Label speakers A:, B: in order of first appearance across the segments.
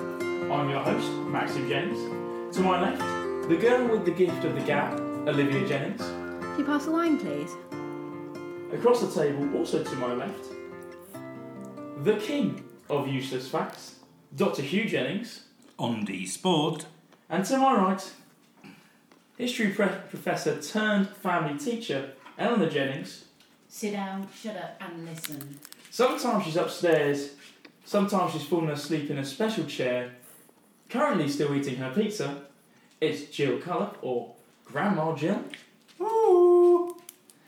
A: I'm your host, Maxim Jennings. To my left, the girl with the gift of the gab, Olivia Jennings.
B: Can you pass the wine, please?
A: Across the table, also to my left, the king of useless facts, Dr. Hugh Jennings.
C: On the sport,
A: And to my right, history pre- professor turned family teacher, Eleanor Jennings.
D: Sit down, shut up, and listen.
A: Sometimes she's upstairs, sometimes she's fallen asleep in a special chair, currently still eating her pizza. It's Jill Cullop, or Grandma Jill. Ooh.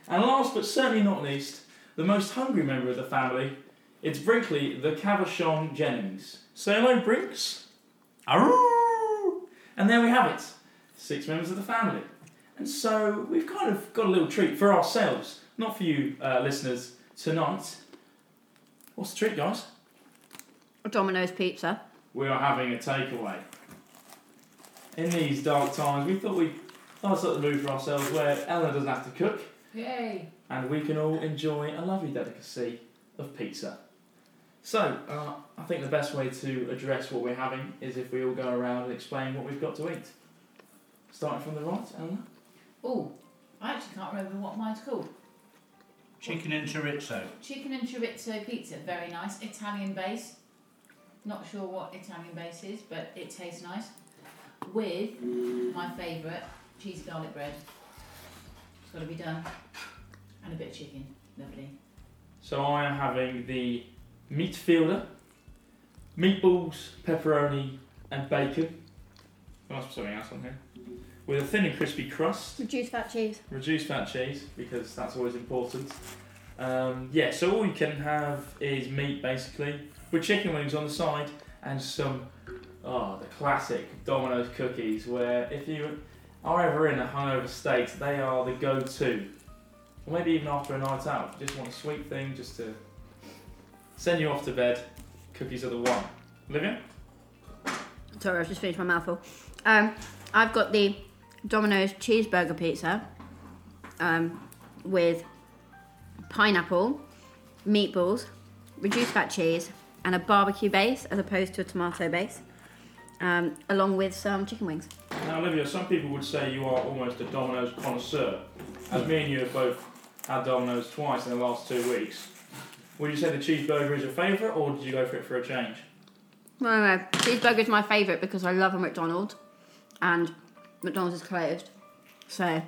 A: And last but certainly not least, the most hungry member of the family, it's Brinkley the Cavachon Jennings. Say hello, Brinks.
C: Arroo!
A: And there we have it six members of the family. And so we've kind of got a little treat for ourselves, not for you uh, listeners tonight. What's the treat, guys?
B: Domino's pizza.
A: We are having a takeaway. In these dark times, we thought we'd nice little move for ourselves where Eleanor doesn't have to cook
D: Yay!
A: and we can all enjoy a lovely delicacy of pizza. So, uh, I think the best way to address what we're having is if we all go around and explain what we've got to eat. Starting from the right, Eleanor?
D: Oh, I actually can't remember what mine's called.
C: Chicken and chorizo.
D: Chicken and chorizo pizza, very nice. Italian base. Not sure what Italian base is, but it tastes nice. With my favourite, cheese garlic bread. It's got to be done. And a bit of chicken. Lovely.
A: So I am having the meat fielder, meatballs, pepperoni, and bacon. There must be something else on here. With a thin and crispy crust,
B: Reduced fat cheese.
A: reduced fat cheese because that's always important. Um, yeah, so all you can have is meat basically, with chicken wings on the side and some, oh, the classic Domino's cookies. Where if you are ever in a hungover state, they are the go-to. Or maybe even after a night out, if you just want a sweet thing just to send you off to bed. Cookies are the one. Olivia,
B: Sorry, I was just finished my mouthful. Um, I've got the Domino's cheeseburger pizza um, with pineapple, meatballs, reduced fat cheese, and a barbecue base as opposed to a tomato base, um, along with some chicken wings.
A: now Olivia, some people would say you are almost a Domino's connoisseur, as me and you have both had Domino's twice in the last two weeks. Would you say the cheeseburger is your favourite, or did you go for it for a change?
B: No, no, no. Cheeseburger's my favourite because I love a McDonald's and McDonald's is closed. So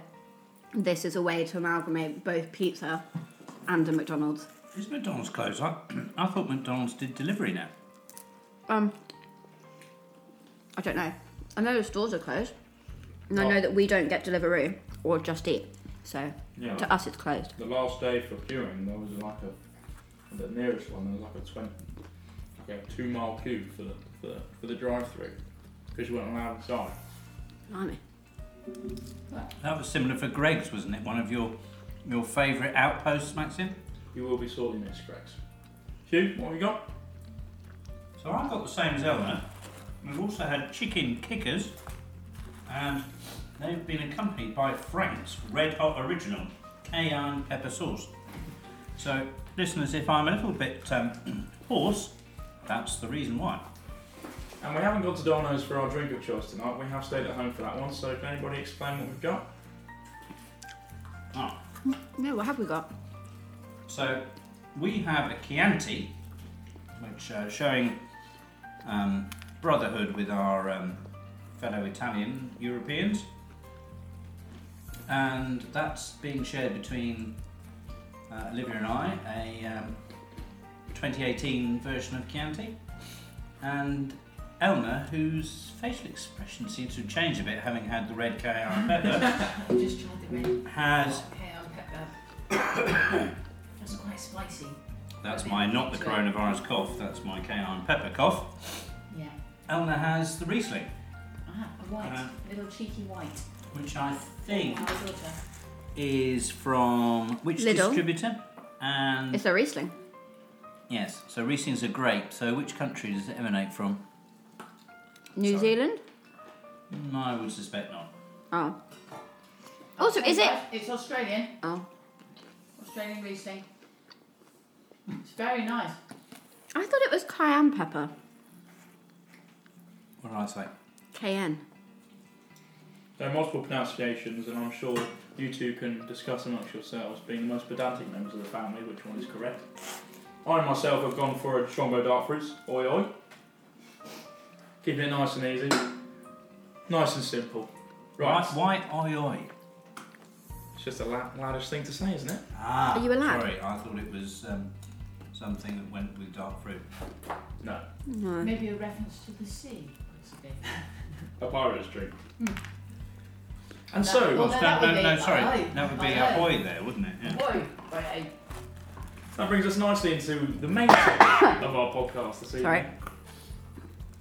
B: this is a way to amalgamate both pizza and a McDonald's.
C: Is McDonald's closed? I, I thought McDonald's did delivery now.
B: Um, I don't know. I know the stores are closed. And I
A: Oh.
B: know that we don't get Deliveroo or Just Eat. So
A: Yeah.
B: to us it's closed.
A: The last day for queuing, there was like a the nearest one. There was like a twenty, like a two mile queue for the for the, for the drive through because you weren't allowed inside.
B: Blimey.
C: That was similar for Greg's, wasn't it? One of your your favourite outposts, Maxim?
A: You will be sorely missed, Gregs. Hugh, what have you got?
C: So I've got the same as Eleanor. We've also had chicken kickers, and they've been accompanied by Frank's Red Hot Original cayenne pepper sauce. So, listeners, if I'm a little bit um, hoarse, that's the reason why.
A: And we haven't got to Domino's for our drink of choice tonight. We have stayed at home for that one. So can anybody explain what we've got?
C: Ah,
B: No, what have we got?
C: So we have a Chianti, which uh, showing um, brotherhood with our um, fellow Italian Europeans, and that's being shared between uh, Olivia and I, a um, 2018 version of Chianti, and Elmer, whose facial expression seems to have changed a bit, having had the red cayenne pepper,
D: I've just tried the red
C: E, has
D: hot cayenne pepper. That's quite spicy.
C: that's my not the coronavirus cough, that's my cayenne pepper cough.
D: Yeah.
C: Elna has the Riesling,
D: Ah, a white.
C: Uh,
D: little cheeky white.
C: which I think
D: My daughter.
C: is from which
B: Lidl.
C: distributor?
A: Hmm.
C: And
B: It's a Riesling.
C: yes, so Riesling's a grape. So which country does it emanate from?
B: New
A: Sorry.
B: Zealand?
C: Mm, I would suspect not.
B: Oh. Also, is it?
D: It's Australian.
B: Oh.
D: Australian Riesling. It's very nice.
B: I thought it was cayenne pepper.
C: What did I say?
B: KN.
A: There are multiple pronunciations, and I'm sure you two can discuss amongst yourselves, being the most pedantic members of the family, which one is correct. I myself have gone for a Chongo Dark Fruits, oi oi. Keeping it nice and easy. Nice and simple. Right.
C: Why, why oi oi?
A: It's just a la- laddish thing to say, isn't it?
C: Ah.
B: Are you a lad?
C: Sorry, I thought it was um, something that went with dark fruit.
A: No. Hmm.
B: No.
D: Maybe a reference to the sea. possibly.
A: A pirate's drink.
D: Hmm.
A: And
D: That-
A: so,
D: Well,
C: no,
D: then that would
C: no,
D: be
C: no, sorry.
D: ahoy.
C: That would be
D: Ahoy.
C: ahoy there, wouldn't it? Yeah.
D: Whoa, right,
A: that brings us nicely into the main topic of our podcast this evening.
B: Sorry.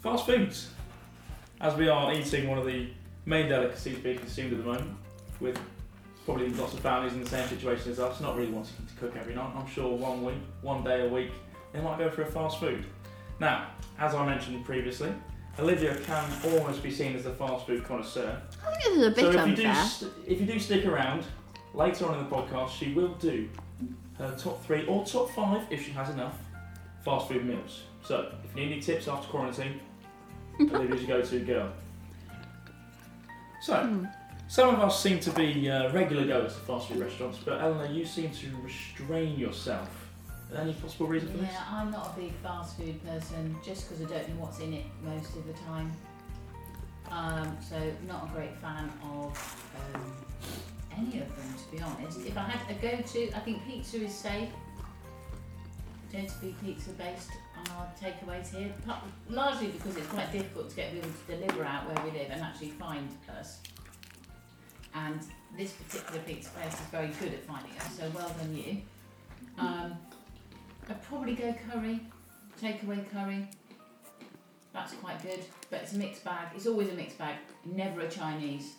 A: Fast foods. As we are eating one of the main delicacies being consumed at the moment, with probably lots of families in the same situation as us, not really wanting to cook every night. I'm sure one week, one day a week, they might go for a fast food. Now, as I mentioned previously, Olivia can almost be seen as the fast food connoisseur
B: I think this is a bit
A: so if you, do,
B: unfair.
A: st- if you do stick around, later on in the podcast, she will do her top three or top five, if she has enough, fast food meals. So if you need any tips after quarantine, Olivia's your go-to girl. So
B: Hmm.
A: some of us seem to be uh, regular goers to fast food restaurants, but Eleanor, you seem to restrain yourself. Any possible reason for this?
D: Yeah, I'm not a big fast food person just because I don't know what's in it most of the time. Um, so not a great fan of um, any of them to be honest. If I had a go-to, I think pizza is safe. Going to be pizza based on our takeaways here, pa- largely because it's quite difficult to get people to deliver out where we live and actually find us. And this particular pizza place is very good at finding us, so well done you. Um, I'd probably go curry, takeaway curry. That's quite good, but it's a mixed bag. It's always a mixed bag, never a Chinese.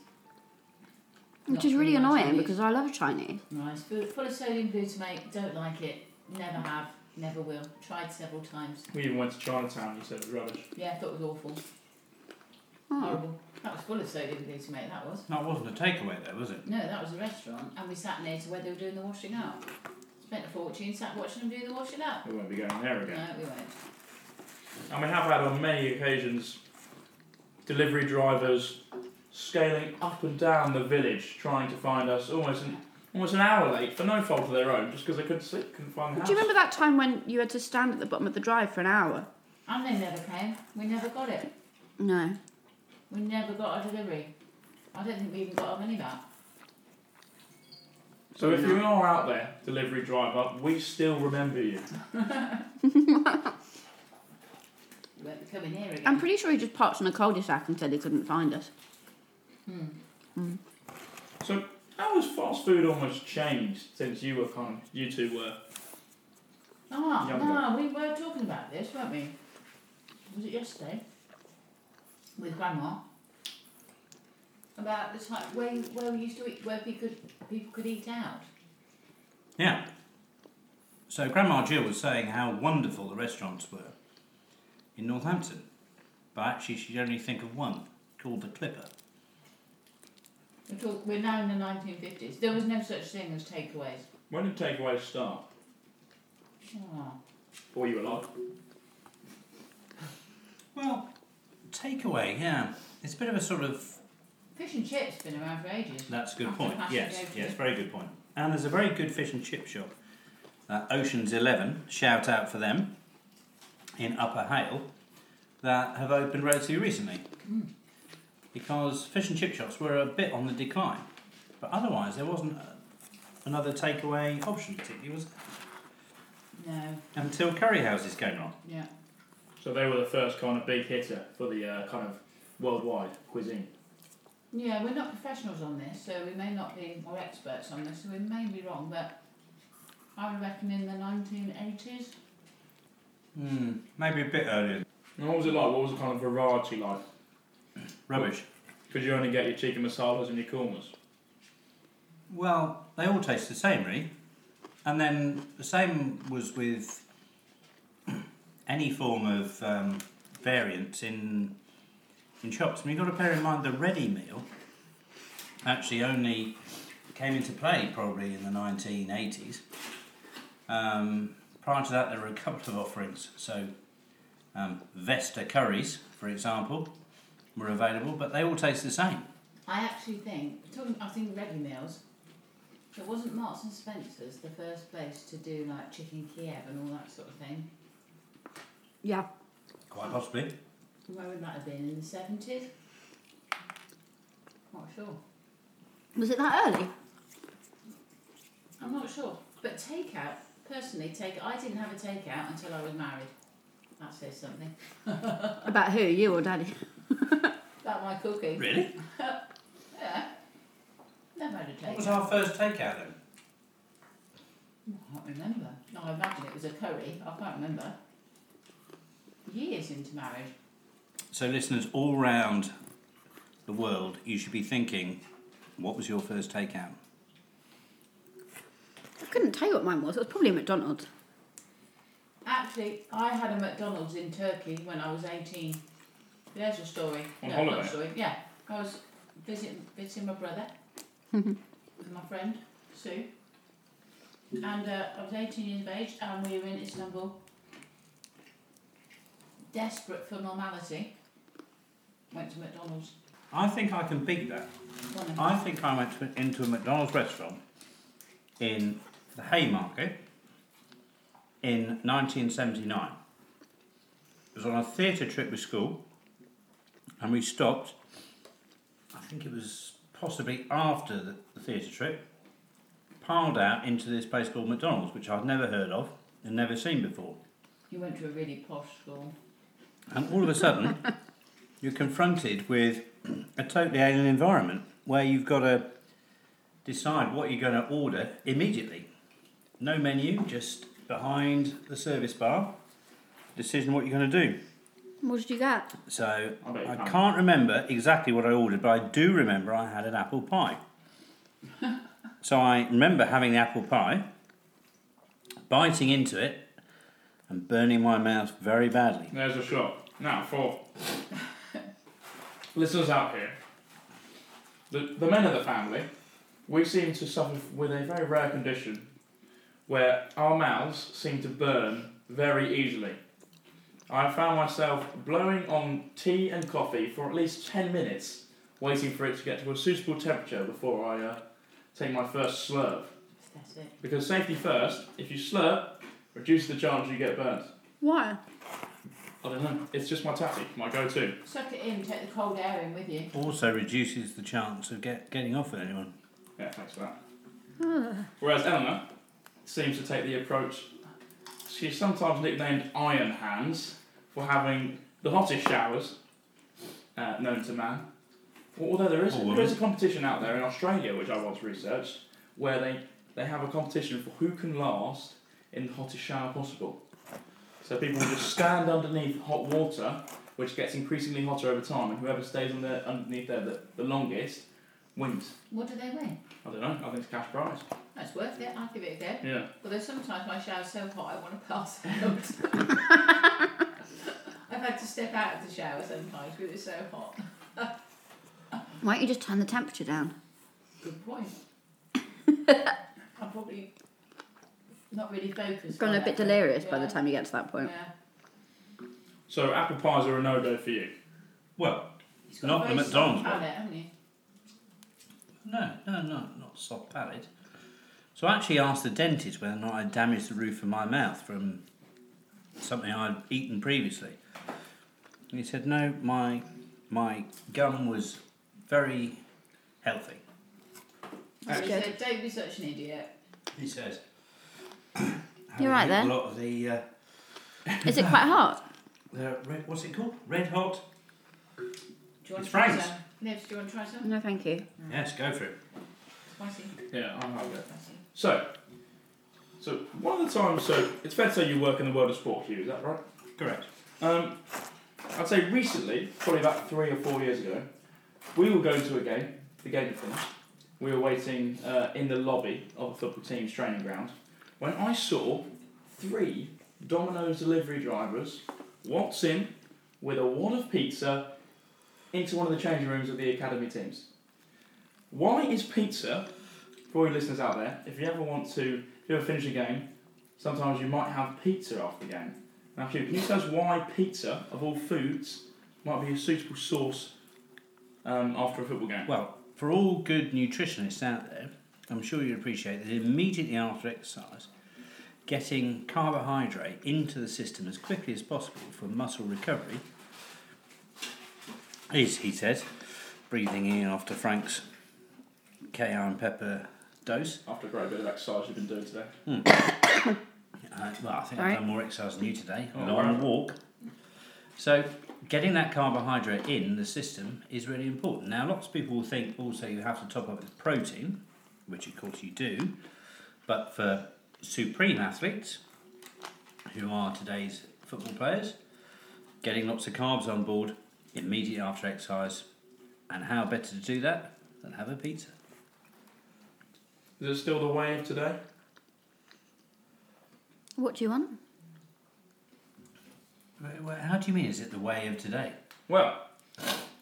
B: Which
D: Not
B: is really
D: really my
B: annoying
D: Chinese.
B: because I love Chinese.
D: Nice. Full, full of sodium glutamate, don't like it, never have, never will. Tried several times.
A: We even went to Chinatown. You said it was rubbish.
D: Yeah, I thought it was awful.
B: Oh.
D: Horrible. That was full of sodium glutamate, that was.
C: That wasn't a takeaway there, was it?
D: No, that was a restaurant, and we sat near to where they were doing the washing out. Spent a fortune, sat watching them do the washing out.
A: We won't be going there again.
D: No, we won't.
A: And we have had on many occasions delivery drivers scaling up and down the village trying to find us almost an, almost an hour late for no fault of their own, just because they couldn't sleep, couldn't find the house.
B: Do you remember that time when you had to stand at the bottom of the drive for an hour?
D: And they never came. We never got it.
B: No.
D: We never got a delivery. I don't think we even got our money back.
A: So if you are out there, delivery driver, we still remember you.
D: We won't be coming here again.
B: I'm pretty sure he just parked on a cul-de-sac and said he couldn't find us.
D: Hmm.
A: So how has fast food almost changed since you were kind of, you two were?
D: Ah,
A: Younger.
D: no, we were talking about this, weren't we? Was it yesterday? With Grandma. About the type where where we used to eat, where people could people could eat out.
C: Yeah. So Grandma Jill was saying how wonderful the restaurants were in Northampton, but actually she'd only think of one called the Clipper.
D: We're, talk, we're now in the 1950s. There was no such thing as takeaways.
A: When did takeaways start?
D: Ah,
A: Before you were alive.
C: Well, takeaway, yeah. It's a bit of a sort of
D: Fish and chips been around for ages.
C: That's a good
D: That's
C: point.
D: a classic
C: Yes,
D: go-to.
C: yes, very good point. And there's a very good fish and chip shop, uh, Ocean's Eleven. Shout out for them in Upper Hale that have opened relatively recently because fish and chip shops were a bit on the decline, but otherwise there wasn't uh another takeaway option particularly was
D: No,
C: until curry houses came along.
D: yeah.
A: So they were the first kind of big hitter for the uh, kind of worldwide cuisine.
D: Yeah, we're not professionals on this, so we may not be, or experts on this, so we may be wrong, but I would reckon in the 1980s.
C: Hmm, maybe a bit earlier.
A: And what was it like? What was the kind of variety like?
C: Rubbish.
A: Because you only get your chicken masalas and your kormas.
C: Well, they all taste the same, really. And then the same was with any form of um, variant in in shops. And you've got to bear in mind the ready meal actually only came into play probably in the 1980s. Um, prior to that, there were a couple of offerings. So, um, Vesta curries, for example, were available, but they all taste the same.
D: I actually think talking. I was thinking ready meals. It wasn't Marks and Spencers the first place to do like chicken Kiev and all that sort of thing.
B: Yeah.
C: Quite possibly.
D: Where would that have been in the seventies? Not sure.
B: Was it that early?
D: I'm not sure. But takeout, personally, take. I didn't have a takeout until I was married. That says something
B: About who? You or Daddy?
D: about my cooking.
C: Really?
D: Yeah. Never had a
C: What was
D: takeout.
C: our first takeout then?
D: I can't remember. No, I imagine it was a curry. I can't remember. Years into marriage.
C: So, listeners all round the world, you should be thinking, what was your first takeout?
B: I couldn't tell you what mine was. It was probably McDonald's.
D: Actually, I had a McDonald's in Turkey when I was 18. There's a story.
A: On
D: no,
A: holiday?
D: Not a story. Yeah, I was visiting, visiting my brother with my friend Sue. And uh, I was 18 years of age and we were in Istanbul. Desperate for normality. Went to McDonald's.
C: I think I can beat that.
D: One of
C: I think I went to, into a McDonald's restaurant in the Haymarket in 1979. It was on a theatre trip with school, and we stopped. I think it was possibly after the, the theatre trip, piled out into this place called McDonald's, which I'd never heard of and never seen before.
D: You went to a really posh school.
C: And all of a sudden, you're confronted with a totally alien environment where you've got to decide what you're going to order immediately. No menu, just behind the service bar, decision what you're going to do.
B: What did you get?
C: So
A: I bet you
C: I
A: can't.
C: can't remember exactly what I ordered, but I do remember I had an apple pie. so I remember having the apple pie, biting into it, and burning my mouth very badly.
A: There's a shot. Now, for listeners out here, the, the men of the family, we seem to suffer with a very rare condition where our mouths seem to burn very easily. I found myself blowing on tea and coffee for at least 10 minutes, waiting for it to get to a suitable temperature before I uh, take my first slurp.
D: That's it.
A: Because safety first, if you slurp, reduce the chance you get burnt.
B: Why?
A: I don't know, it's just my tactic, my go to.
D: Suck it in, take the cold air in with you.
C: also reduces the chance of get, getting off with anyone.
A: Yeah, thanks for that. Whereas Eleanor seems to take the approach, she's sometimes nicknamed Iron Hands for having the hottest showers uh, known to man. Although there is,
C: Or woman.
A: there is a competition out there in Australia, which I once researched, where they, they have a competition for who can last in the hottest shower possible. So people will just stand underneath hot water, which gets increasingly hotter over time, and whoever stays on there, underneath there the, the longest wins.
D: What do they win?
A: I don't know. I think it's cash prize.
D: That's worth it. I'll give it a go.
A: Yeah.
D: Although sometimes my shower's so hot I want to pass out. I've had to step out of the shower sometimes because it's so hot.
B: Why don't you just turn the temperature down?
D: Good point. I'm probably not really focused.
B: Gone
D: by
B: a
D: that
B: bit
D: point.
B: delirious by the
D: Yeah,
B: time you get to that point.
D: Yeah.
A: So apple pies are a no go for you.
C: Well,
D: He's got
C: Not
D: a
C: the
D: very soft
C: McDonald's one.
D: palate, haven't you?
C: no, no, no, not soft palate. So I actually asked the dentist whether or not I damaged the roof of my mouth from something I'd eaten previously. And he said, no, my, my gum was very healthy.
D: So he
B: good.
D: said, don't be such an idiot.
C: He says,
B: You're right
C: A
B: there.
C: lot of the, uh,
B: Is it quite hot?
C: the red, what's it called? Red hot?
D: Do you want
C: It's
D: to try
C: Frank's.
D: some? Nibs, do you want to try some?
B: No, thank you.
C: Yes, go for it.
D: Spicy.
A: Yeah, I'm happy with it.
D: Spicy.
A: So, so one of the times, so it's fair to say you work in the world of sport, Hugh. Is that right?
C: Correct.
A: Um, I'd say recently, probably about three or four years ago, we were going to a game. The game had finished. We were waiting uh, in the lobby of a football team's training ground when I saw three Domino's delivery drivers waltz in with a wad of pizza into one of the changing rooms of the academy teams. Why is pizza, for all you listeners out there, if you ever want to, if you ever finish a game, sometimes you might have pizza after the game. Now, Hugh, can you tell us why pizza, of all foods, might be a suitable source um, after a football game.
C: Well, for all good nutritionists out there, I'm sure you appreciate that immediately after exercise, getting carbohydrate into the system as quickly as possible for muscle recovery is, he said, breathing in after Frank's cayenne pepper dose.
A: After a great bit of exercise you've been doing today.
C: Uh, well, I think
B: Right.
C: I've done more exercise than you today
A: Oh,
C: and on
A: wow.
C: a walk. So, getting that carbohydrate in the system is really important. Now, lots of people will think also you have to top up with protein, which of course you do, but for supreme athletes, who are today's football players, getting lots of carbs on board immediately after exercise. And how better to do that than have a pizza?
A: Is it still the way of today?
B: What do you want?
C: Wh- wh- How do you mean? Is it the way of today?
A: Well,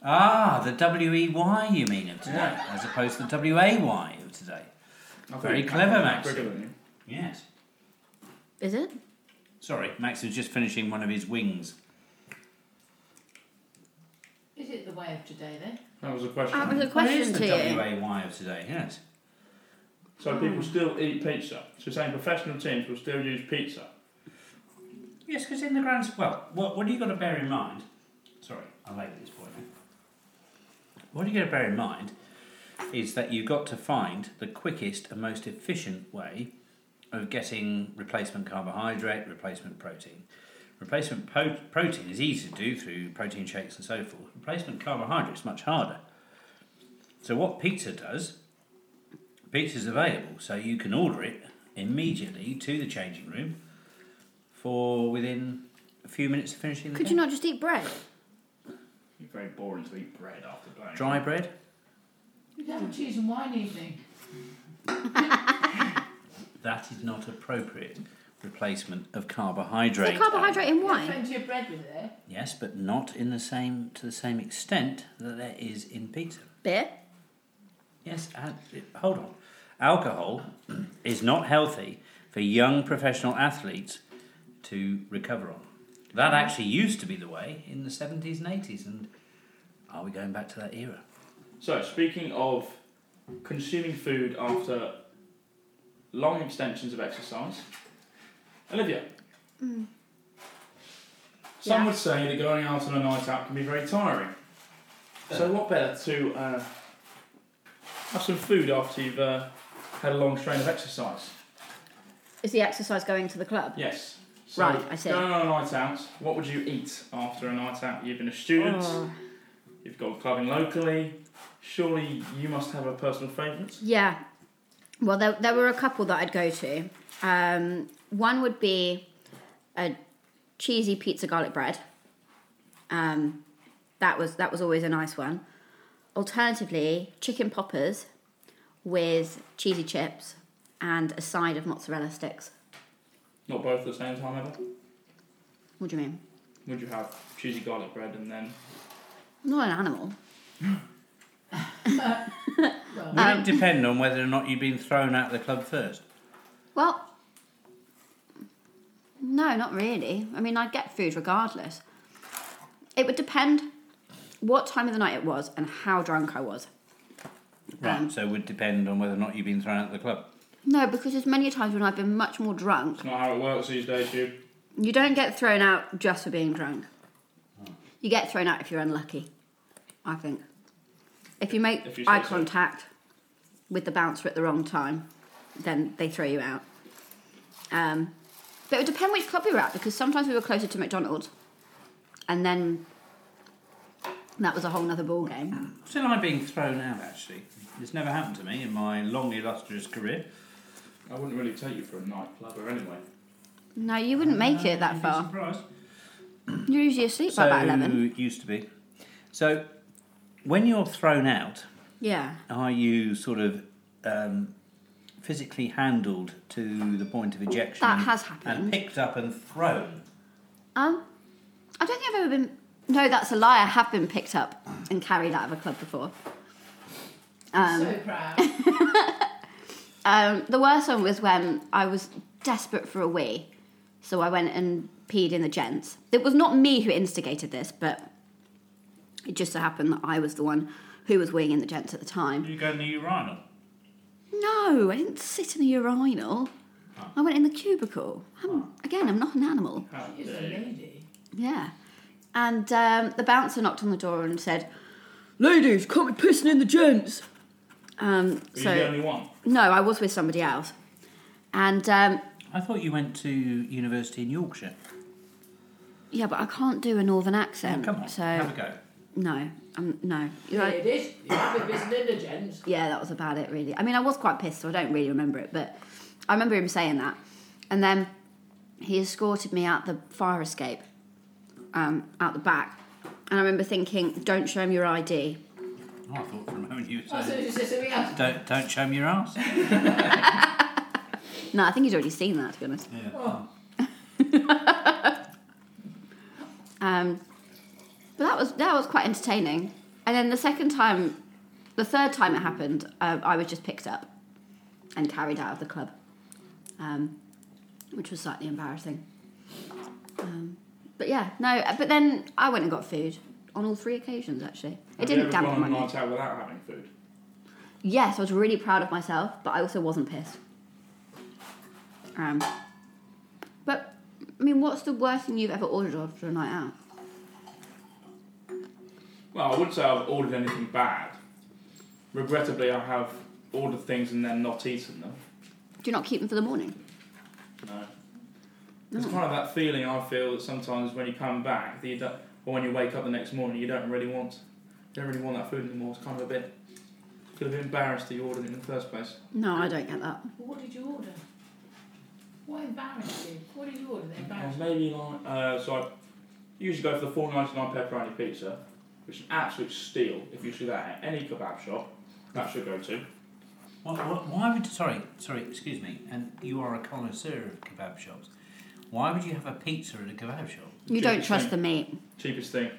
C: Ah, the W E Y you mean of today,
A: Yeah.
C: as opposed to the W A Y of today.
A: I
C: Very
A: think-
C: clever,
A: I think
C: Max.
A: quicker than you.
C: Yes.
B: Is it?
C: Sorry, Max was just finishing one of his wings.
D: Is it the way of today then?
A: That was a question.
B: That was a
C: What is
B: question
C: the
B: to
C: W
B: you.
C: A Y of today? Yes.
A: So people still eat pizza. So you're saying professional teams will still use pizza.
C: Yes, because in the grand s- well, what what do you got to bear in mind? Sorry, I will at this point. now. What you got to bear in mind is that you've got to find the quickest and most efficient way of getting replacement carbohydrate, replacement protein. Replacement po- protein is easy to do through protein shakes and so forth. Replacement carbohydrate is much harder. So what pizza does, pizza's available, so you can order it immediately to the changing room for within a few minutes of finishing the
B: Could you not just eat bread?
A: It's very boring to eat bread after playing.
C: dry bread.
D: You can have a cheese and wine evening.
C: That is not appropriate replacement of
B: Is
C: carbohydrate. Um,
B: there carbohydrate in
D: There's
B: wine?
D: plenty of bread with it there.
C: Yes, but not in the same to the same extent that there is in pizza.
B: Beer?
C: Yes, al- hold on. Alcohol is not healthy for young professional athletes to recover on.
B: Mm-hmm.
C: That actually used to be the way in the 70s and 80s, and are we going back to that era?
A: So speaking of consuming food after long extensions of exercise, Olivia. Some
B: Hmm. Yeah.
A: would say that going out on a night out can be very tiring. So what better to uh, have some food after you've uh, had a long strain of exercise?
B: Is the exercise going to the club?
A: Yes.
B: Right, I see.
A: Going on a night out, what would you eat after a night out? You've been a student.
B: Oh.
A: You've gone clubbing locally. Surely you must have a personal favourite.
B: Yeah. Well, there, there were a couple that I'd go to. Um, one would be a cheesy pizza garlic bread. Um, that was that was always a nice one. Alternatively, chicken poppers with cheesy chips and a side of mozzarella sticks.
A: Not both at the same time ever.
B: What do you mean?
A: Would you have cheesy garlic bread and then?
B: I'm not an animal.
D: Well,
B: Um.
C: Would it depend on whether or not you've been thrown out of the club first?
B: Well, no, not really. I mean, I'd get food regardless. It would depend what time of the night it was and how drunk I was.
C: Right,
B: Um,
C: so it would depend on whether or not you've been thrown out of the club.
B: No, because there's many times when I've been much more drunk.
A: It's not how it works these days, you.
B: You don't get thrown out just for being drunk. You get thrown out if you're unlucky, I think. If you make
A: If you say
B: eye
A: so.
B: contact with the bouncer at the wrong time, then they throw you out. Um, but it would depend which club we were at because sometimes we were closer to McDonald's, and then that was a whole nother ball game.
C: Still, I being thrown out actually. It's never happened to me in my long illustrious career.
A: I wouldn't really take you for a nightclubber anyway.
B: No, you wouldn't make it that far.
C: Uh, Surprised.
B: You're usually asleep by about eleven.
C: it used to be. So, when you're thrown out,
B: Yeah.
C: are you sort of um, physically handled to the point of ejection?
B: That
C: and-
B: has happened.
C: And picked up and thrown.
B: Um, I don't think I've ever been. No, that's a lie. I have been picked up and carried out of a club before.
D: I'm so proud.
B: Um, the worst one was when I was desperate for a wee, so I went and peed in the gents. It was not me who instigated this, but it just so happened that I was the one who was winging the gents at the time.
C: You go in the urinal.
B: No, I didn't sit in a urinal. I went in the cubicle. I'm, again, I'm not an animal.
A: How
D: She was a
A: dare you.
D: lady.
B: Yeah. And um, the bouncer knocked on the door and said, Ladies, can't be pissing in the gents. Um,
A: Are you the
B: so,
A: only one?
B: no, I was with somebody else. And um,
C: I thought you went to university in Yorkshire.
B: yeah, but I can't do a northern accent.
C: Come on,
B: Um, so,
C: have a go.
B: no, um, no. You're
D: Yeah,
B: like-
D: it is. You have a business in the gents.
B: Yeah, that was about it, really. I mean, I was quite pissed, so I don't really remember it, but I remember him saying that. And then he escorted me out the fire escape, um, out the back. And I remember thinking, don't show him your ID.
C: Oh, I thought for a moment you
D: Oh,
C: were
D: so
C: saying,
D: it's just something else.
C: don't, don't show me your ass.
B: No, I think he's already seen that, to be honest.
C: Yeah.
D: Oh.
B: Um, but that was that was quite entertaining. And then the second time, the third time it happened, uh, I was just picked up and carried out of the club, um, which was slightly embarrassing. Um, but yeah, no. But then I went and got food on all three occasions. Actually, it
A: Have you
B: didn't
A: ever gone
B: dampen my
A: on a
B: mood.
A: night out without having food.
B: Yes, I was really proud of myself, but I also wasn't pissed. Um, but I mean, what's the worst thing you've ever ordered after a night out?
A: Well, I wouldn't say I've ordered anything bad. Regrettably, I have ordered things and then not eaten them.
B: Do you not keep them for the morning?
A: No. It's kind of that feeling I feel that sometimes when you come back, that you don't, or when you wake up the next morning, you don't really want, you don't really want that food anymore. It's kind of a bit, feel a bit embarrassed that you ordered it in the first place.
B: No, I don't get that.
D: What did you order? What embarrassed you? What did you order that
A: And
D: embarrassed you?
A: maybe like, uh, so I usually go for the four ninety nine pepperoni pizza, which is an absolute steal if you see that at any kebab shop. That should go to.
C: What, what, why would sorry sorry excuse me? And you are a connoisseur of kebab shops. Why would you have a pizza at a kebab shop?
B: You
A: Yeah,
B: don't
A: same.
B: trust the meat.
A: Cheapest thing.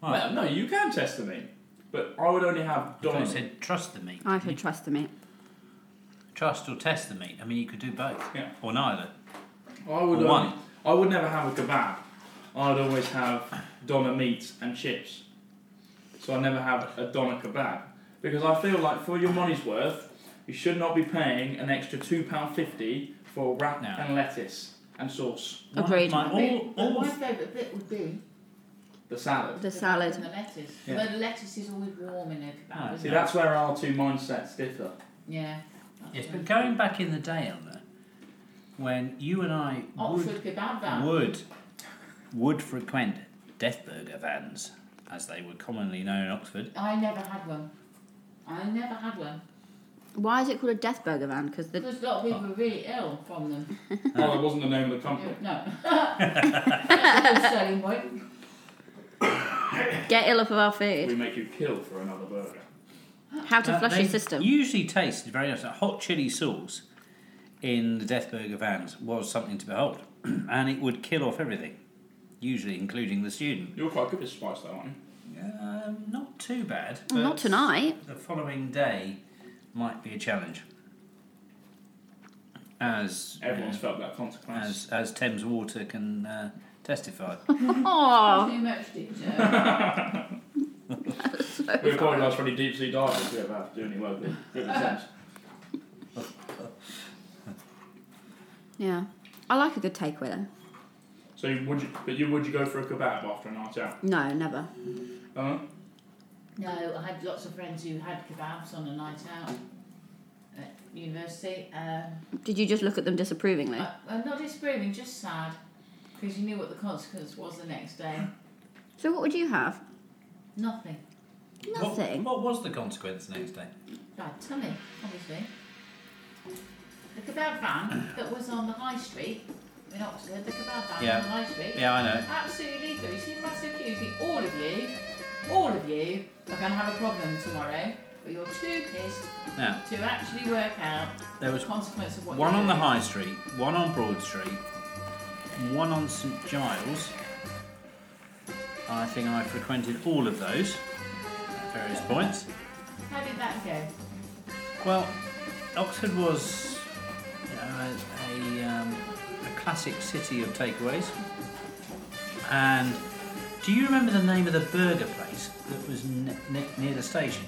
C: Well,
A: Well, no, you can test the meat, but I would only have
C: I thought you
A: Domino's.
C: said trust the meat.
B: I should trust the meat.
C: Trust or test the meat. I mean, you could do both.
A: Yeah.
C: Or neither.
A: I would
C: Or
A: only,
C: one.
A: I would never have a kebab. I'd always have doner meat and chips. So I never have a doner kebab because I feel like for your money's worth, you should not be paying an extra two pound fifty for wrap
C: No.
A: and lettuce and sauce,
B: Agreed.
C: My, my- all,
D: But
C: all
D: my favourite bit would be
A: the salad.
B: The
D: and the
B: salad.
D: lettuce.
A: Yeah.
D: But the lettuce is always warm in a
C: Ah,
D: kebab,
A: See,
D: isn't it?
A: that's where our two mindsets differ.
D: Yeah.
C: yes, but going back in the day, Elna, when you and I would
D: Oxford kebab van.
C: would would frequent death burger vans, as they were commonly known in Oxford.
D: I never had one. I never had one.
B: Why is it called a death burger van? Because the
D: Because a lot of people were really ill from them.
A: Well, that wasn't the name of the company.
C: Oh.
D: No. That's a selling point.
B: get ill off of our
A: We
B: food.
A: make you kill for another burger.
B: How to
C: Uh,
B: flush
C: they
B: your system.
C: Usually tasted very nice. The hot chili sauce in the Death Burger vans was something to behold, and it would kill off everything, usually including the student.
A: You're quite good at spice, though, aren't you?
C: Um, not too bad.
B: Well, Not
C: but
B: tonight.
C: The following day might be a challenge, as uh,
A: Everyone's felt that consequence.
C: as as Thames Water can uh, testify.
B: Oh,
D: Too much detail.
A: We apologise for any deep sea divers we ever have to do any work with. River Thames.
B: yeah. I like a good takeaway though.
A: So you- would you, but you would you go for a kebab after a night out?
B: No, never.
A: Uh,
D: no, I had lots of friends who had kebabs on a night out at university. Um,
B: Did you just look at them disapprovingly?
D: I, I'm not disapproving, just sad. Because you knew what the consequence was the next day.
B: So what would you have?
D: Nothing.
B: Nothing.
C: What, what was the consequence next day?
D: Bad tummy, obviously. The kebab van that was on the high street in Oxford, the kebab van
C: Yeah.
D: on the high street,
C: Yeah, I know.
D: Absolutely lethal. You see massive queues. The- All of you, all of you are going to have a problem tomorrow, but you're too pissed
C: Now
D: to actually work out
C: there
D: the
C: was
D: consequence of what
C: One
D: you're
C: on the
D: doing.
C: High Street, one on Broad Street, one on St Giles. I think I frequented all of those at various points.
D: How did that go?
C: Well, Oxford was uh, a, um, a classic city of takeaways, and Do you remember the name of the burger place that was ne- ne- near the station?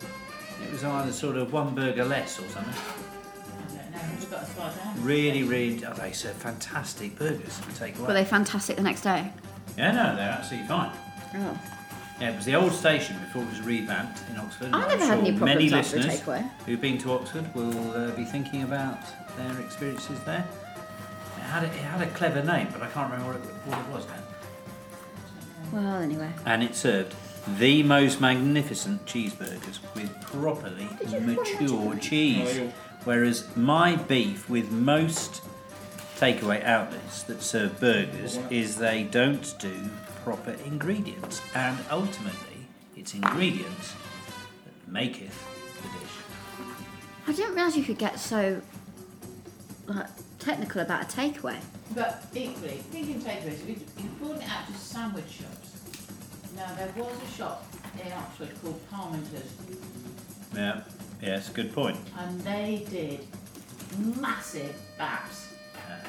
C: It was either sort of one burger less or something.
D: I don't know. We've got as far down.
C: Really, really, oh, they serve fantastic burgers to take away.
B: Were they fantastic the next day?
C: yeah, no, they're absolutely fine.
B: Oh.
C: Yeah, it was the old station before it was revamped in Oxford. and
B: I
C: I'm
B: never had
C: sure
B: any problems
C: Many
B: after a
C: listeners
B: takeaway.
C: who've been to Oxford will uh, be thinking about their experiences there. It had, a, it had a clever name, but I can't remember what it, what it was now.
B: Well, anyway.
C: And it served the most magnificent cheeseburgers with properly mature cheese.
A: Oh,
C: Whereas my beef with most takeaway outlets that serve burgers is they don't do proper ingredients, and ultimately it's ingredients that maketh the dish.
B: I didn't realise you could get so like technical about a takeaway.
D: But equally, thinking takeaways, we you broaden it out to sandwich shops. Now there was a shop in Oxford called Parmenters,
C: Yeah, yes, good point.
D: and they did massive baps.
C: Uh,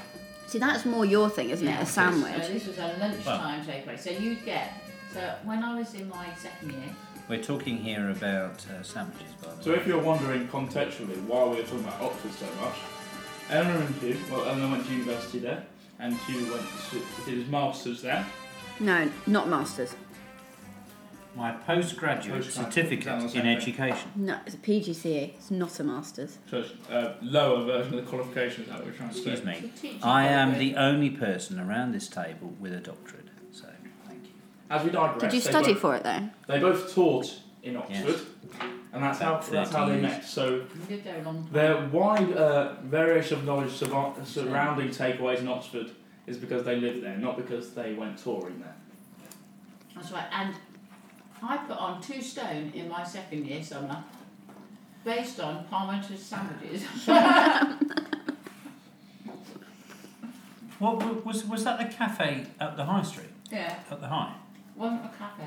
B: See, that's more your thing, isn't it? A
D: So
B: sandwich.
D: this was a lunchtime takeaway. So you'd get. So when I was in my second year,
C: We're talking here about uh, sandwiches, by the
A: So
C: way.
A: if you're wondering contextually why we were talking about Oxford so much, Eleanor and Hugh, well, Eleanor went to university there, and Hugh went to did his masters there.
B: No, not masters.
C: My postgraduate
A: Postgraduate, that
C: certificate
A: was
C: in
A: okay.
C: education.
B: No, it's a PGCE. E. It's not a masters.
A: So it's a lower version of the qualifications that we're trying to
C: Excuse
A: say.
C: me.
D: teaching
C: I am
D: qualified.
C: the only person around this table with a doctorate, so thank you.
A: As we digress,
B: Did you
A: they
B: study
A: both-
B: for it though?
A: They both taught in Oxford, and that's how that's how they
C: 13 years.
A: met. So
D: we lived there a long time.
A: their wide uh, variation of knowledge surva- surrounding takeaways in Oxford is because they lived there, not because they went touring there.
D: That's right. And I put on two stone in my second year summer, based on Parmenters sandwiches.
C: What wa- was was that the cafe at the high street?
D: yeah.
C: At the high?
D: wasn't a cafe.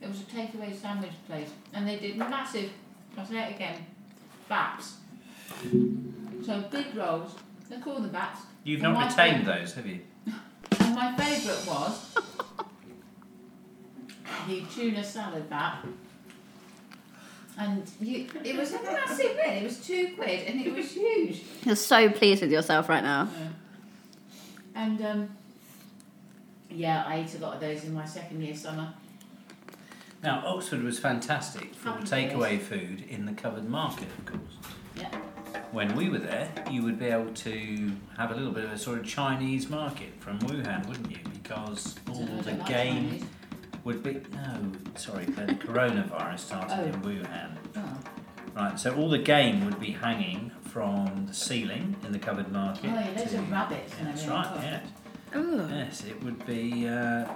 D: It was a takeaway sandwich place, and they did massive. I'll say it again, baps. So big rolls. They're called the baps.
C: You've
D: And
C: not
D: my
C: retained those, have you?
D: And my favourite was the tuna salad bap. And you, it was a massive bit. It was two quid, and it was huge.
B: You're so pleased with yourself right now.
D: And um, yeah, I ate a lot of those in my second year summer.
C: Now Oxford was fantastic for
D: Happy
C: takeaway food in the covered market, of course.
D: Yeah.
C: When we were there, you would be able to have a little bit of a sort of Chinese market from Wuhan, wouldn't you? Because all
D: Don't know
C: Oh, the
D: about
C: game
D: Chinese.
C: would be no, sorry, the coronavirus started
D: Oh.
C: in Wuhan.
D: Oh.
C: Right, so all the game would be hanging from the ceiling in the covered
D: Oh,
C: market.
D: yeah, loads
C: to-
D: of rabbits and
C: That's
D: everything.
C: right.
D: Oh.
C: Yes,
B: Oh.
C: yes, it would be. Uh,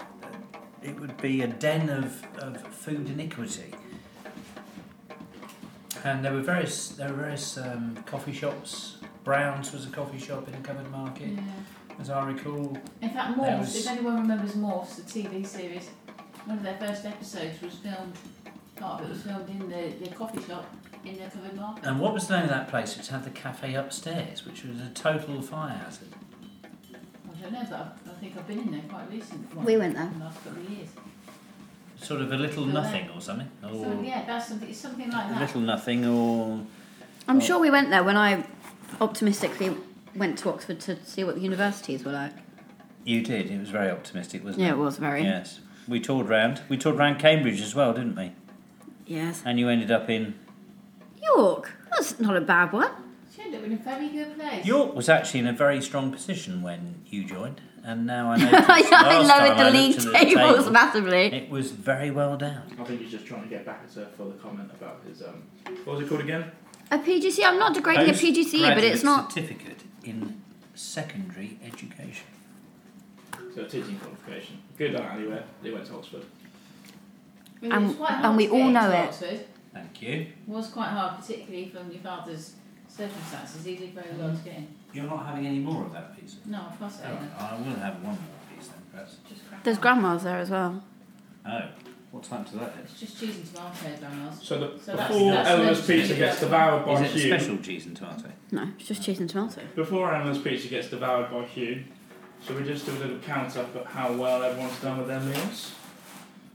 C: it would be a den of, of food iniquity. And there were various there were various um, coffee shops. Brown's was a coffee shop in the covered market,
D: Yeah.
C: as I recall.
D: In fact,
C: There
D: Morse,
C: was-
D: if anyone remembers Morse, the TV series, one of their first episodes was filmed, part of it was filmed in the, the coffee shop in the covered market.
C: And what was the name of that place which had the cafe upstairs, which was a total fire hazard?
D: I don't know, but I, I think I've been in there quite recently. Well,
B: We went there.
D: In the last couple of years.
C: Sort of a little
D: Still there.
C: nothing or something. Or
D: So, yeah, that's something, it's something like
C: Oh. a
D: that.
C: little nothing or
B: I'm sure we went there when I optimistically went to Oxford to see what the universities were like.
C: You did. It was very optimistic, wasn't
B: Yeah,
C: it?
B: it was very.
C: Yes. We toured round. We toured round Cambridge as well, didn't we?
B: Yes.
C: And you ended up in
B: York. That's not a bad one.
D: She ended up in a very good place.
C: York was actually in a very strong position when you joined, and now I know.
B: I lowered the league tables
C: table,
B: massively.
C: It was very well down.
A: I think he's just trying to get back at her for the comment about his um, what was it called again?
B: A PGC. E? I'm not degrading a PGC, E, but it's
C: Postgraduate
B: not.
C: certificate in secondary education.
A: So teaching qualification. Good on anywhere. They went to Oxford.
D: I mean, it was
B: and-
D: quite hard
B: and we
D: to
B: all
D: get
B: know
D: into
B: it.
D: Oxford.
C: Thank you.
D: was quite hard, particularly from your father's circumstances. He did very well to get in.
C: You're not having any more of that piece.
D: No, of course
C: Oh.
D: I didn't.
C: I will have one more piece then, perhaps.
D: Just crack
B: There's
D: on.
B: grandmas there as well.
C: Oh, what time to that?
D: It's just cheese and tomato, grandma's.
A: So, the,
D: So that's-
A: before
D: that's
A: Eleanor's
D: lunchtime.
A: pizza gets devoured by
C: Is it
A: Hugh,
C: special cheese and tomato?
B: No, it's just cheese and tomato.
A: before Eleanor's pizza gets devoured by Hugh, So we just do a little count up at how well everyone's done with their meals.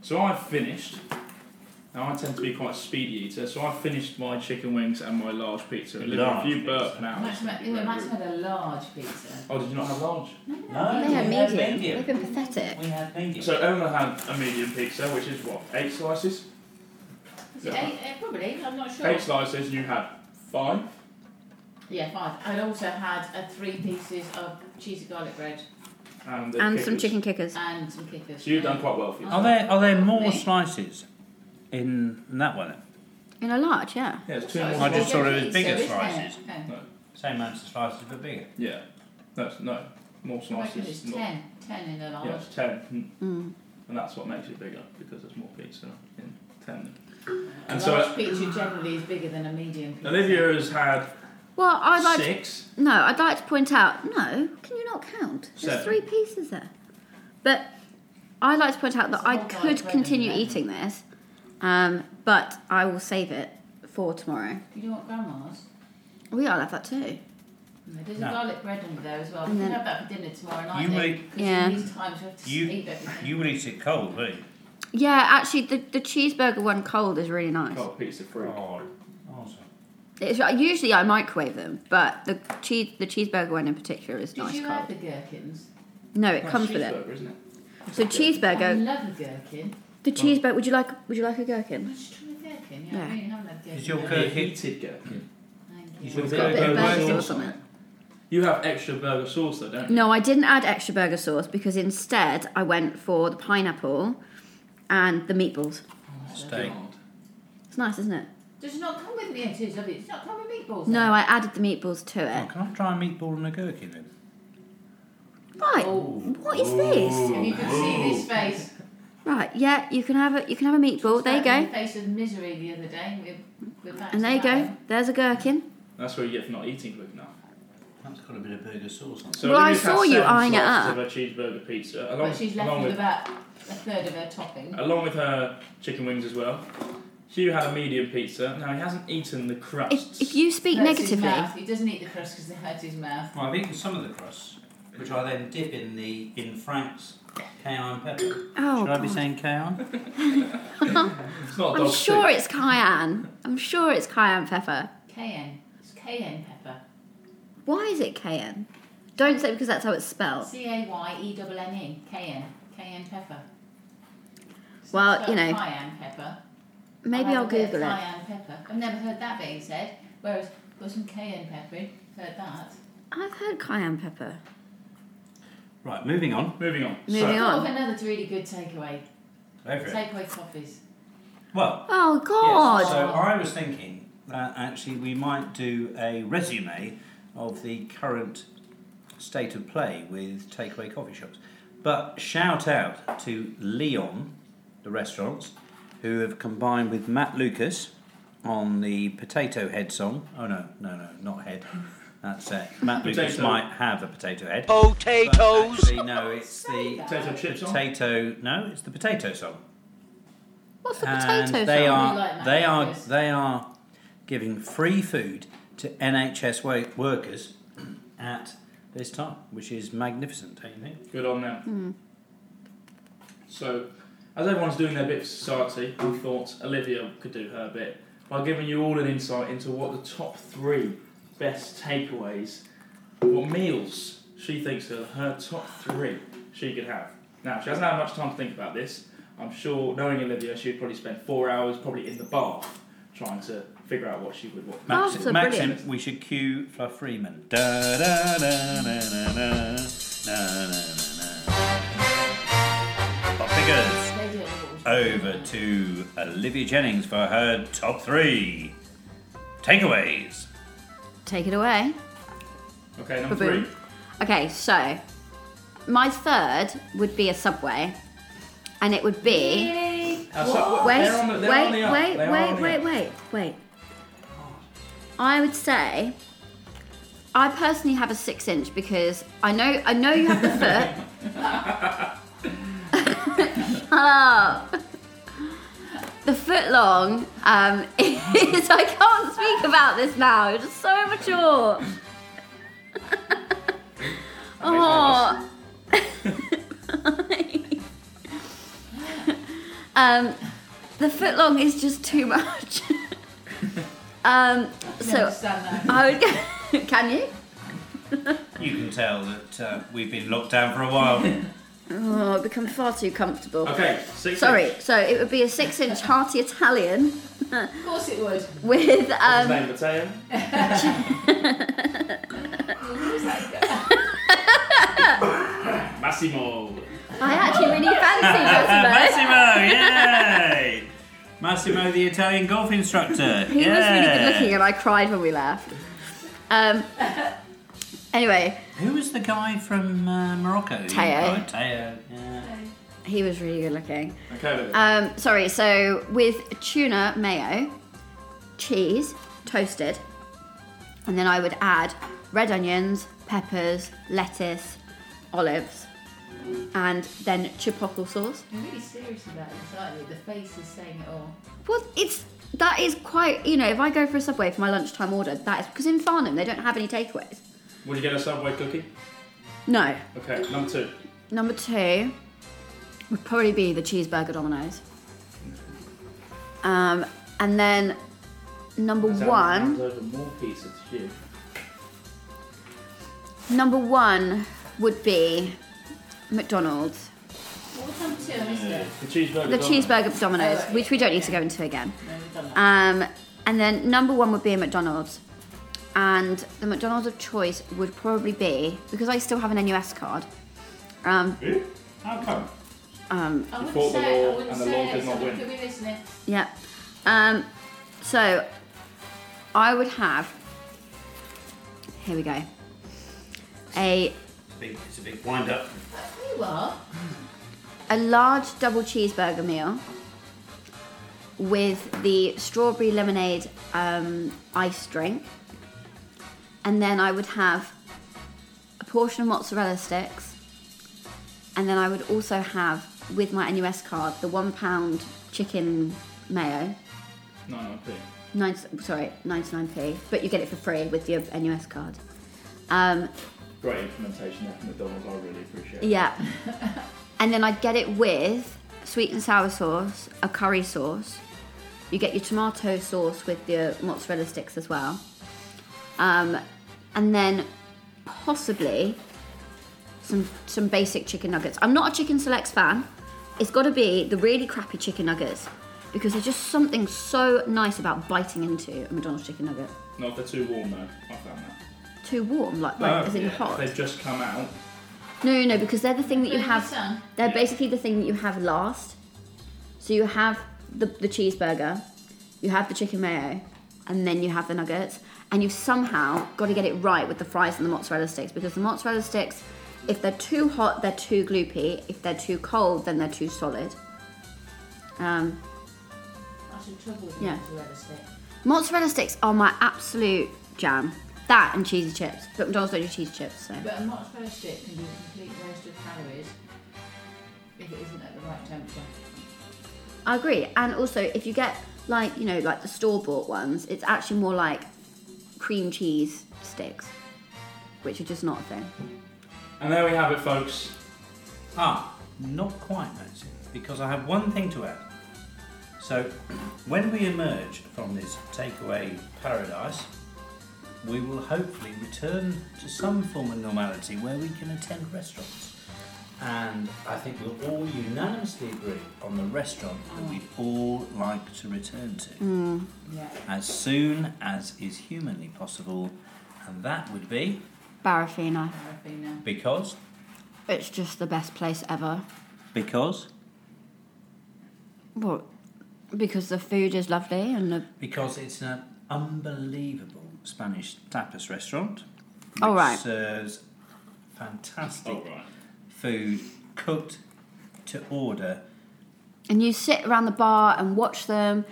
A: So I've finished. Now I tend to be quite a speedy eater, so I've finished my chicken wings and my large pizza. And if
C: Large
A: you
C: pizza.
A: burp now, it's
D: Max
A: gonna
D: had,
A: be
D: yeah,
A: very
D: Max
A: rude.
D: had a large pizza.
A: oh, did you not have large?
C: No,
B: They had
C: we
B: medium. They've been pathetic.
C: We had medium.
A: So Emma had a medium pizza, which is what eight slices.
D: Was it
A: Yeah.
D: eight? Eh, probably, I'm not sure.
A: Eight slices. You had five.
D: Yeah, five. I'd also had uh, three pieces of cheese and garlic bread
A: And, the
B: And
A: kickers.
B: some chicken kickers.
D: and some kickers.
A: So you've done quite well for yourself.
D: Oh.
C: are there are there more
D: Me?
C: slices in that one?
B: In a large, yeah.
A: Yeah, it's two
D: So
A: more.
D: it's
C: I just
A: slices.
C: saw it was
D: pizza,
C: bigger
D: isn't it?
C: slices.
D: Oh.
C: Same amount of slices but bigger.
A: Yeah. No, it's- no, more
D: I reckon it's
A: slices. more-
D: ten. Ten in a large.
A: Yeah, it's ten. Mm.
B: Mm.
A: And that's what makes it bigger because there's more pizza in ten.
B: Mm.
D: A
A: And
D: large
A: so uh,
D: pizza generally is bigger than a medium pizza.
A: Olivia has had
B: Well, I'd like to,
A: six.
B: no. I'd like to point out. No, can you not count? There's
A: Seven.
B: three pieces there. But I'd like to point out that
D: It's a
B: I
D: whole diet
B: could
D: bread
B: continue
D: and
B: eating this, um, but I will save it for tomorrow.
D: You don't want grandma's?
B: We all have that too.
D: No, There's
C: No.
D: a garlic bread under there as well. We
B: And
D: can
B: then-
D: have that for dinner tomorrow night.
C: You
D: though,
C: make-
D: 'cause in
B: Yeah.
D: These times we have to
C: You-
D: eat everything.
C: You would eat it cold, wouldn't you?
B: Yeah, actually, the, the cheeseburger one cold is really nice.
A: Oh, pizza free.
C: Oh, awesome.
B: It's, uh, usually I microwave them, but the cheese the cheeseburger one in particular is
D: Did
B: nice
D: you
B: cold.
D: have the gherkins?
B: No, it
A: Nice
B: comes with it.
A: cheeseburger, isn't it? It's
B: So
A: a bit-
D: I
B: cheeseburger,
D: love a gherkin.
B: the cheeseburger. Would you like would you like a
D: I'm
B: gherkin?
D: just trying a gherkin. Yeah,
B: Yeah.
D: I really haven't had gherkin.
C: Is your
A: A
C: gherkin-
A: heated gherkin.
D: Thank
C: Is
D: you.
C: your
A: With
B: got a bit
C: gherkin
B: of
C: sauce?
B: burger
A: sauce
B: sauce on it.
A: You have extra burger sauce though, don't you?
B: No, I didn't add extra burger sauce because instead I went for the pineapple and the meatballs. Mm.
C: Steak.
A: God.
B: It's nice, isn't it?
D: Does it not come with meat? It is, lovely. It's not come with meatballs.
B: No,
D: I...
B: I added the meatballs to
C: Oh,
B: it.
C: can I try a meatball and a gherkin then?
D: Oh.
B: Right. What is this?
D: And you can see his face.
B: Right. Yeah, you can have a you can have a meatball. There you
D: Sat in
B: go.
D: the face of misery the other day. We're, we're back
B: And
D: to
B: there you
D: that
B: go. There's a gherkin.
A: That's what you get for not eating quick enough.
C: That's got a bit of burger sauce on it.
A: So
B: Well, I
A: Olivia's had
B: saw you
A: seven
B: eyeing it
A: slices Of
B: up.
A: her cheeseburger pizza,
D: one.
A: along,
D: But she's
A: along
D: left
A: with
D: with about a third of her topping.
A: along with her chicken wings as well. Hugh had a medium pizza. Now he hasn't eaten the crusts.
B: If, if you speak
D: Hurts his
B: negatively,
D: mouth. He doesn't eat the crust because they hurt his mouth.
C: Well, I've eaten some of the crusts, which I then dip in the in Frank's cayenne pepper.
B: oh,
C: Should I be
B: God.
C: saying cayenne?
A: it's not a
B: I'm
A: dog
B: sure
A: stick.
B: it's cayenne. I'm sure it's cayenne pepper.
D: Cayenne. It's cayenne pepper.
B: Why is it cayenne? Don't say because that's how it's spelled.
D: C A Y E N N E. Cayenne. Cayenne pepper. It's
B: Well,
D: not
B: you
D: spelled
B: know,
D: Cayenne pepper.
B: Maybe
D: I've
B: I'll
D: had a bit of
B: Google it.
D: Cayenne pepper. I've never heard that being said. Whereas, put some cayenne pepper in. Heard that.
B: I've heard cayenne pepper.
C: Right, moving on.
A: Moving on.
B: Moving
A: so,
D: Thought
B: on.
D: of another really good takeaway.
C: Go for it.
D: Takeaway coffees.
C: Well,
B: Oh
C: yes,
B: God.
C: so I was thinking that actually we might do a resume of the current state of play with takeaway coffee shops. But shout out to Leon, the restaurants, who have combined with Matt Lucas on the Potato Head song. Oh no, no, no, not head. That's it. Matt Lucas
A: Potato.
C: might have a potato head.
E: Potatoes.
C: But actually, no, it's the
A: Potato chips on.
C: potato. No, it's the potato song
B: What's the
C: and
B: potato
C: they
B: song?
D: We like
C: are
D: that
C: they are
D: because-
C: they are giving free food to NHS wo- workers at this time, which is magnificent, don't you think?
A: Good on them.
B: Hmm.
A: So, as everyone's doing their bit for society, I thought Olivia could do her bit by giving you all an insight into what the top three best takeaways, what meals she thinks are her top three she could have. Now, she hasn't had much time to think about this. I'm sure, knowing Olivia, she would probably spend four hours probably in the bath trying to figure out what she would want.
B: Baths are brilliant.
C: we should cue Fluff Freeman. Da, da, da, da, da, da, na, na, na, na. Pop figures.
D: They do it with all-
C: Over to Olivia Jennings for her top three takeaways.
B: Take it away.
A: Okay, number
B: Ba-boom.
A: three.
B: Okay, so my third would be a subway, and it would be.
A: Uh, so-
B: Wait,
A: they're on the- they're on the
B: wait,
A: up.
B: wait,
A: They're on
B: wait,
A: the
B: wait,
A: up.
B: wait, wait. I would say I personally have a six inch because I know I know you have the foot. Shut up. The foot long um, is I can't speak about this now. It's just so immature.
A: That makes me laugh.
B: Oh, Um, the foot long is just too much. um,
D: I can
B: so
D: understand that.
B: I would go. Can you?
C: You can tell that uh, we've been locked down for a while.
B: Oh, I've become far too comfortable.
A: Okay, six.
B: Sorry, so it would be a six inch hearty Italian
D: Of course it would.
B: with.
A: What's his
B: Um,
A: name, Matteo? Massimo.
B: I actually really fancy Massimo.
C: Uh, Massimo, yay! Massimo, the Italian golf instructor.
B: He was really
C: yeah.
B: good looking and I cried when we left. Um, anyway,
C: Who was the guy from uh, Morocco? you
B: Teo.
C: guy? Teo, yeah.
B: he was really good looking.
A: Okay.
B: Um, sorry, so with tuna, mayo, cheese, toasted, and then I would add red onions, peppers, lettuce, olives, and then chipotle sauce.
D: I'm really serious about this, aren't you? The face is saying it all.
B: Well, it's that is quite you know if I go for a subway for my lunchtime order, that is because in Farnham they don't have any takeaways.
A: Would you get a Subway cookie?
B: No.
A: Okay, number two.
B: Number two would probably be the cheeseburger Domino's. Um, and then number
A: Sounds-
B: one.
A: sounds Over more pizza to you.
B: Number one would be McDonald's.
D: What was number two? I missed
A: Yeah.
D: it.
A: The cheeseburger.
B: The
A: Domino's.
B: cheeseburger Domino's,
D: Oh, right.
B: which we don't need to go into again.
D: No, we've done that.
B: Um, and then number one would be a McDonald's. And the McDonald's of choice would probably be, because I still have an NUS card, um,
A: Really?
C: How come?
B: um,
D: I
A: You
D: wouldn't
A: fought the
D: say it,
A: law
D: I wouldn't
A: and the
D: say
A: law
D: it,
A: does not
D: someone
A: win.
D: could be listening.
B: yeah. Um, so I would have, here we go, a,
C: It's a big, it's a big wind up.
D: You are.
B: a large double cheeseburger meal with the strawberry lemonade um, ice drink. And then I would have a portion of mozzarella sticks. And then I would also have, with my NUS card, the one pound chicken mayo.
A: No, no, okay.
B: Nine, sorry, 99p. But you get it for free with your NUS card. Um,
A: Great implementation there from McDonald's. I really appreciate it.
B: Yeah. and then I'd get it with sweet and sour sauce, a curry sauce. You get your tomato sauce with your mozzarella sticks as well. Um, and then possibly some some basic chicken nuggets. I'm not a chicken selects fan. It's got to be the really crappy chicken nuggets because there's just something so nice about biting into a McDonald's chicken nugget.
A: No, if they're too warm though. I found that. Uh,
B: Too warm, like, like
C: Oh,
B: as in
A: Yeah,
B: hot.
A: They've just come out.
B: No, no, no, because they're the thing that you
D: Really
B: have.
D: good son.
B: They're
A: Yeah.
B: basically the thing that you have last. So you have the, the cheeseburger, you have the chicken mayo, and then you have the nuggets. And you've somehow got to get it right with the fries and the mozzarella sticks because the mozzarella sticks, if they're too hot, they're too gloopy. If they're too cold, then they're too solid. Um,
D: That's in trouble with
B: Yeah.
D: yeah. whoever stick.
B: mozzarella sticks are my absolute jam. That and cheesy chips. But McDonald's don't do cheesy chips, so.
D: But a mozzarella stick can be a complete waste of calories if it isn't at the right temperature.
B: I agree. And also, if you get like you know like the store bought ones, it's actually more like cream cheese sticks, which are just not a thing.
A: And there we have it, folks.
C: Ah, not quite, Nancy, because I have one thing to add. So, when we emerge from this takeaway paradise, we will hopefully return to some form of normality where we can attend restaurants. And I think we'll all unanimously agree on the restaurant that we'd all like to return to
D: Yeah.
C: as soon as is humanly possible, and that would be
B: Barafina.
D: I'm happy now.
C: because,
B: It's just the best place ever.
C: because,
B: Well, because the food is lovely and the
C: Because it's an unbelievable Spanish tapas restaurant. Which
B: All right.
C: serves fantastic
A: Oh, right.
C: food cooked to order.
B: and you sit around the bar and watch them,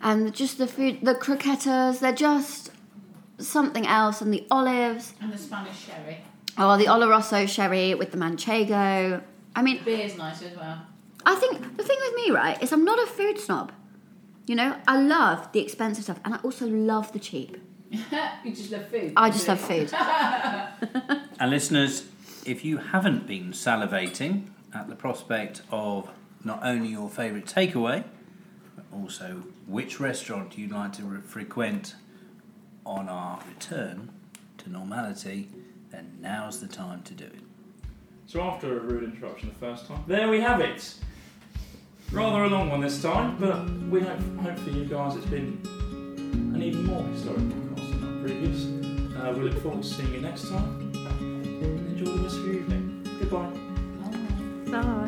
B: and just the food, the croquetas, they're just something else, and the olives.
D: And the Spanish sherry.
B: Oh, the Oloroso sherry with the manchego. I mean,
D: The beer's nice as well.
B: I think the thing with me, right, is I'm not a food snob. You know, I love the expensive stuff and I also love the cheap.
D: you just love food.
B: I
D: don't
B: just
D: you?
B: love food.
C: And listeners, if you haven't been salivating at the prospect of not only your favourite takeaway, but also which restaurant you'd like to re- frequent on our return to normality, then now's the time to do it.
A: So after a rude interruption the first time, there we have it. Rather a long one this time, but we hope, hope for you guys it's been an even more historic podcast than our previous. Uh, we look forward to seeing you next time. Enjoy the rest of your evening. Goodbye.
D: Oh.
B: Bye.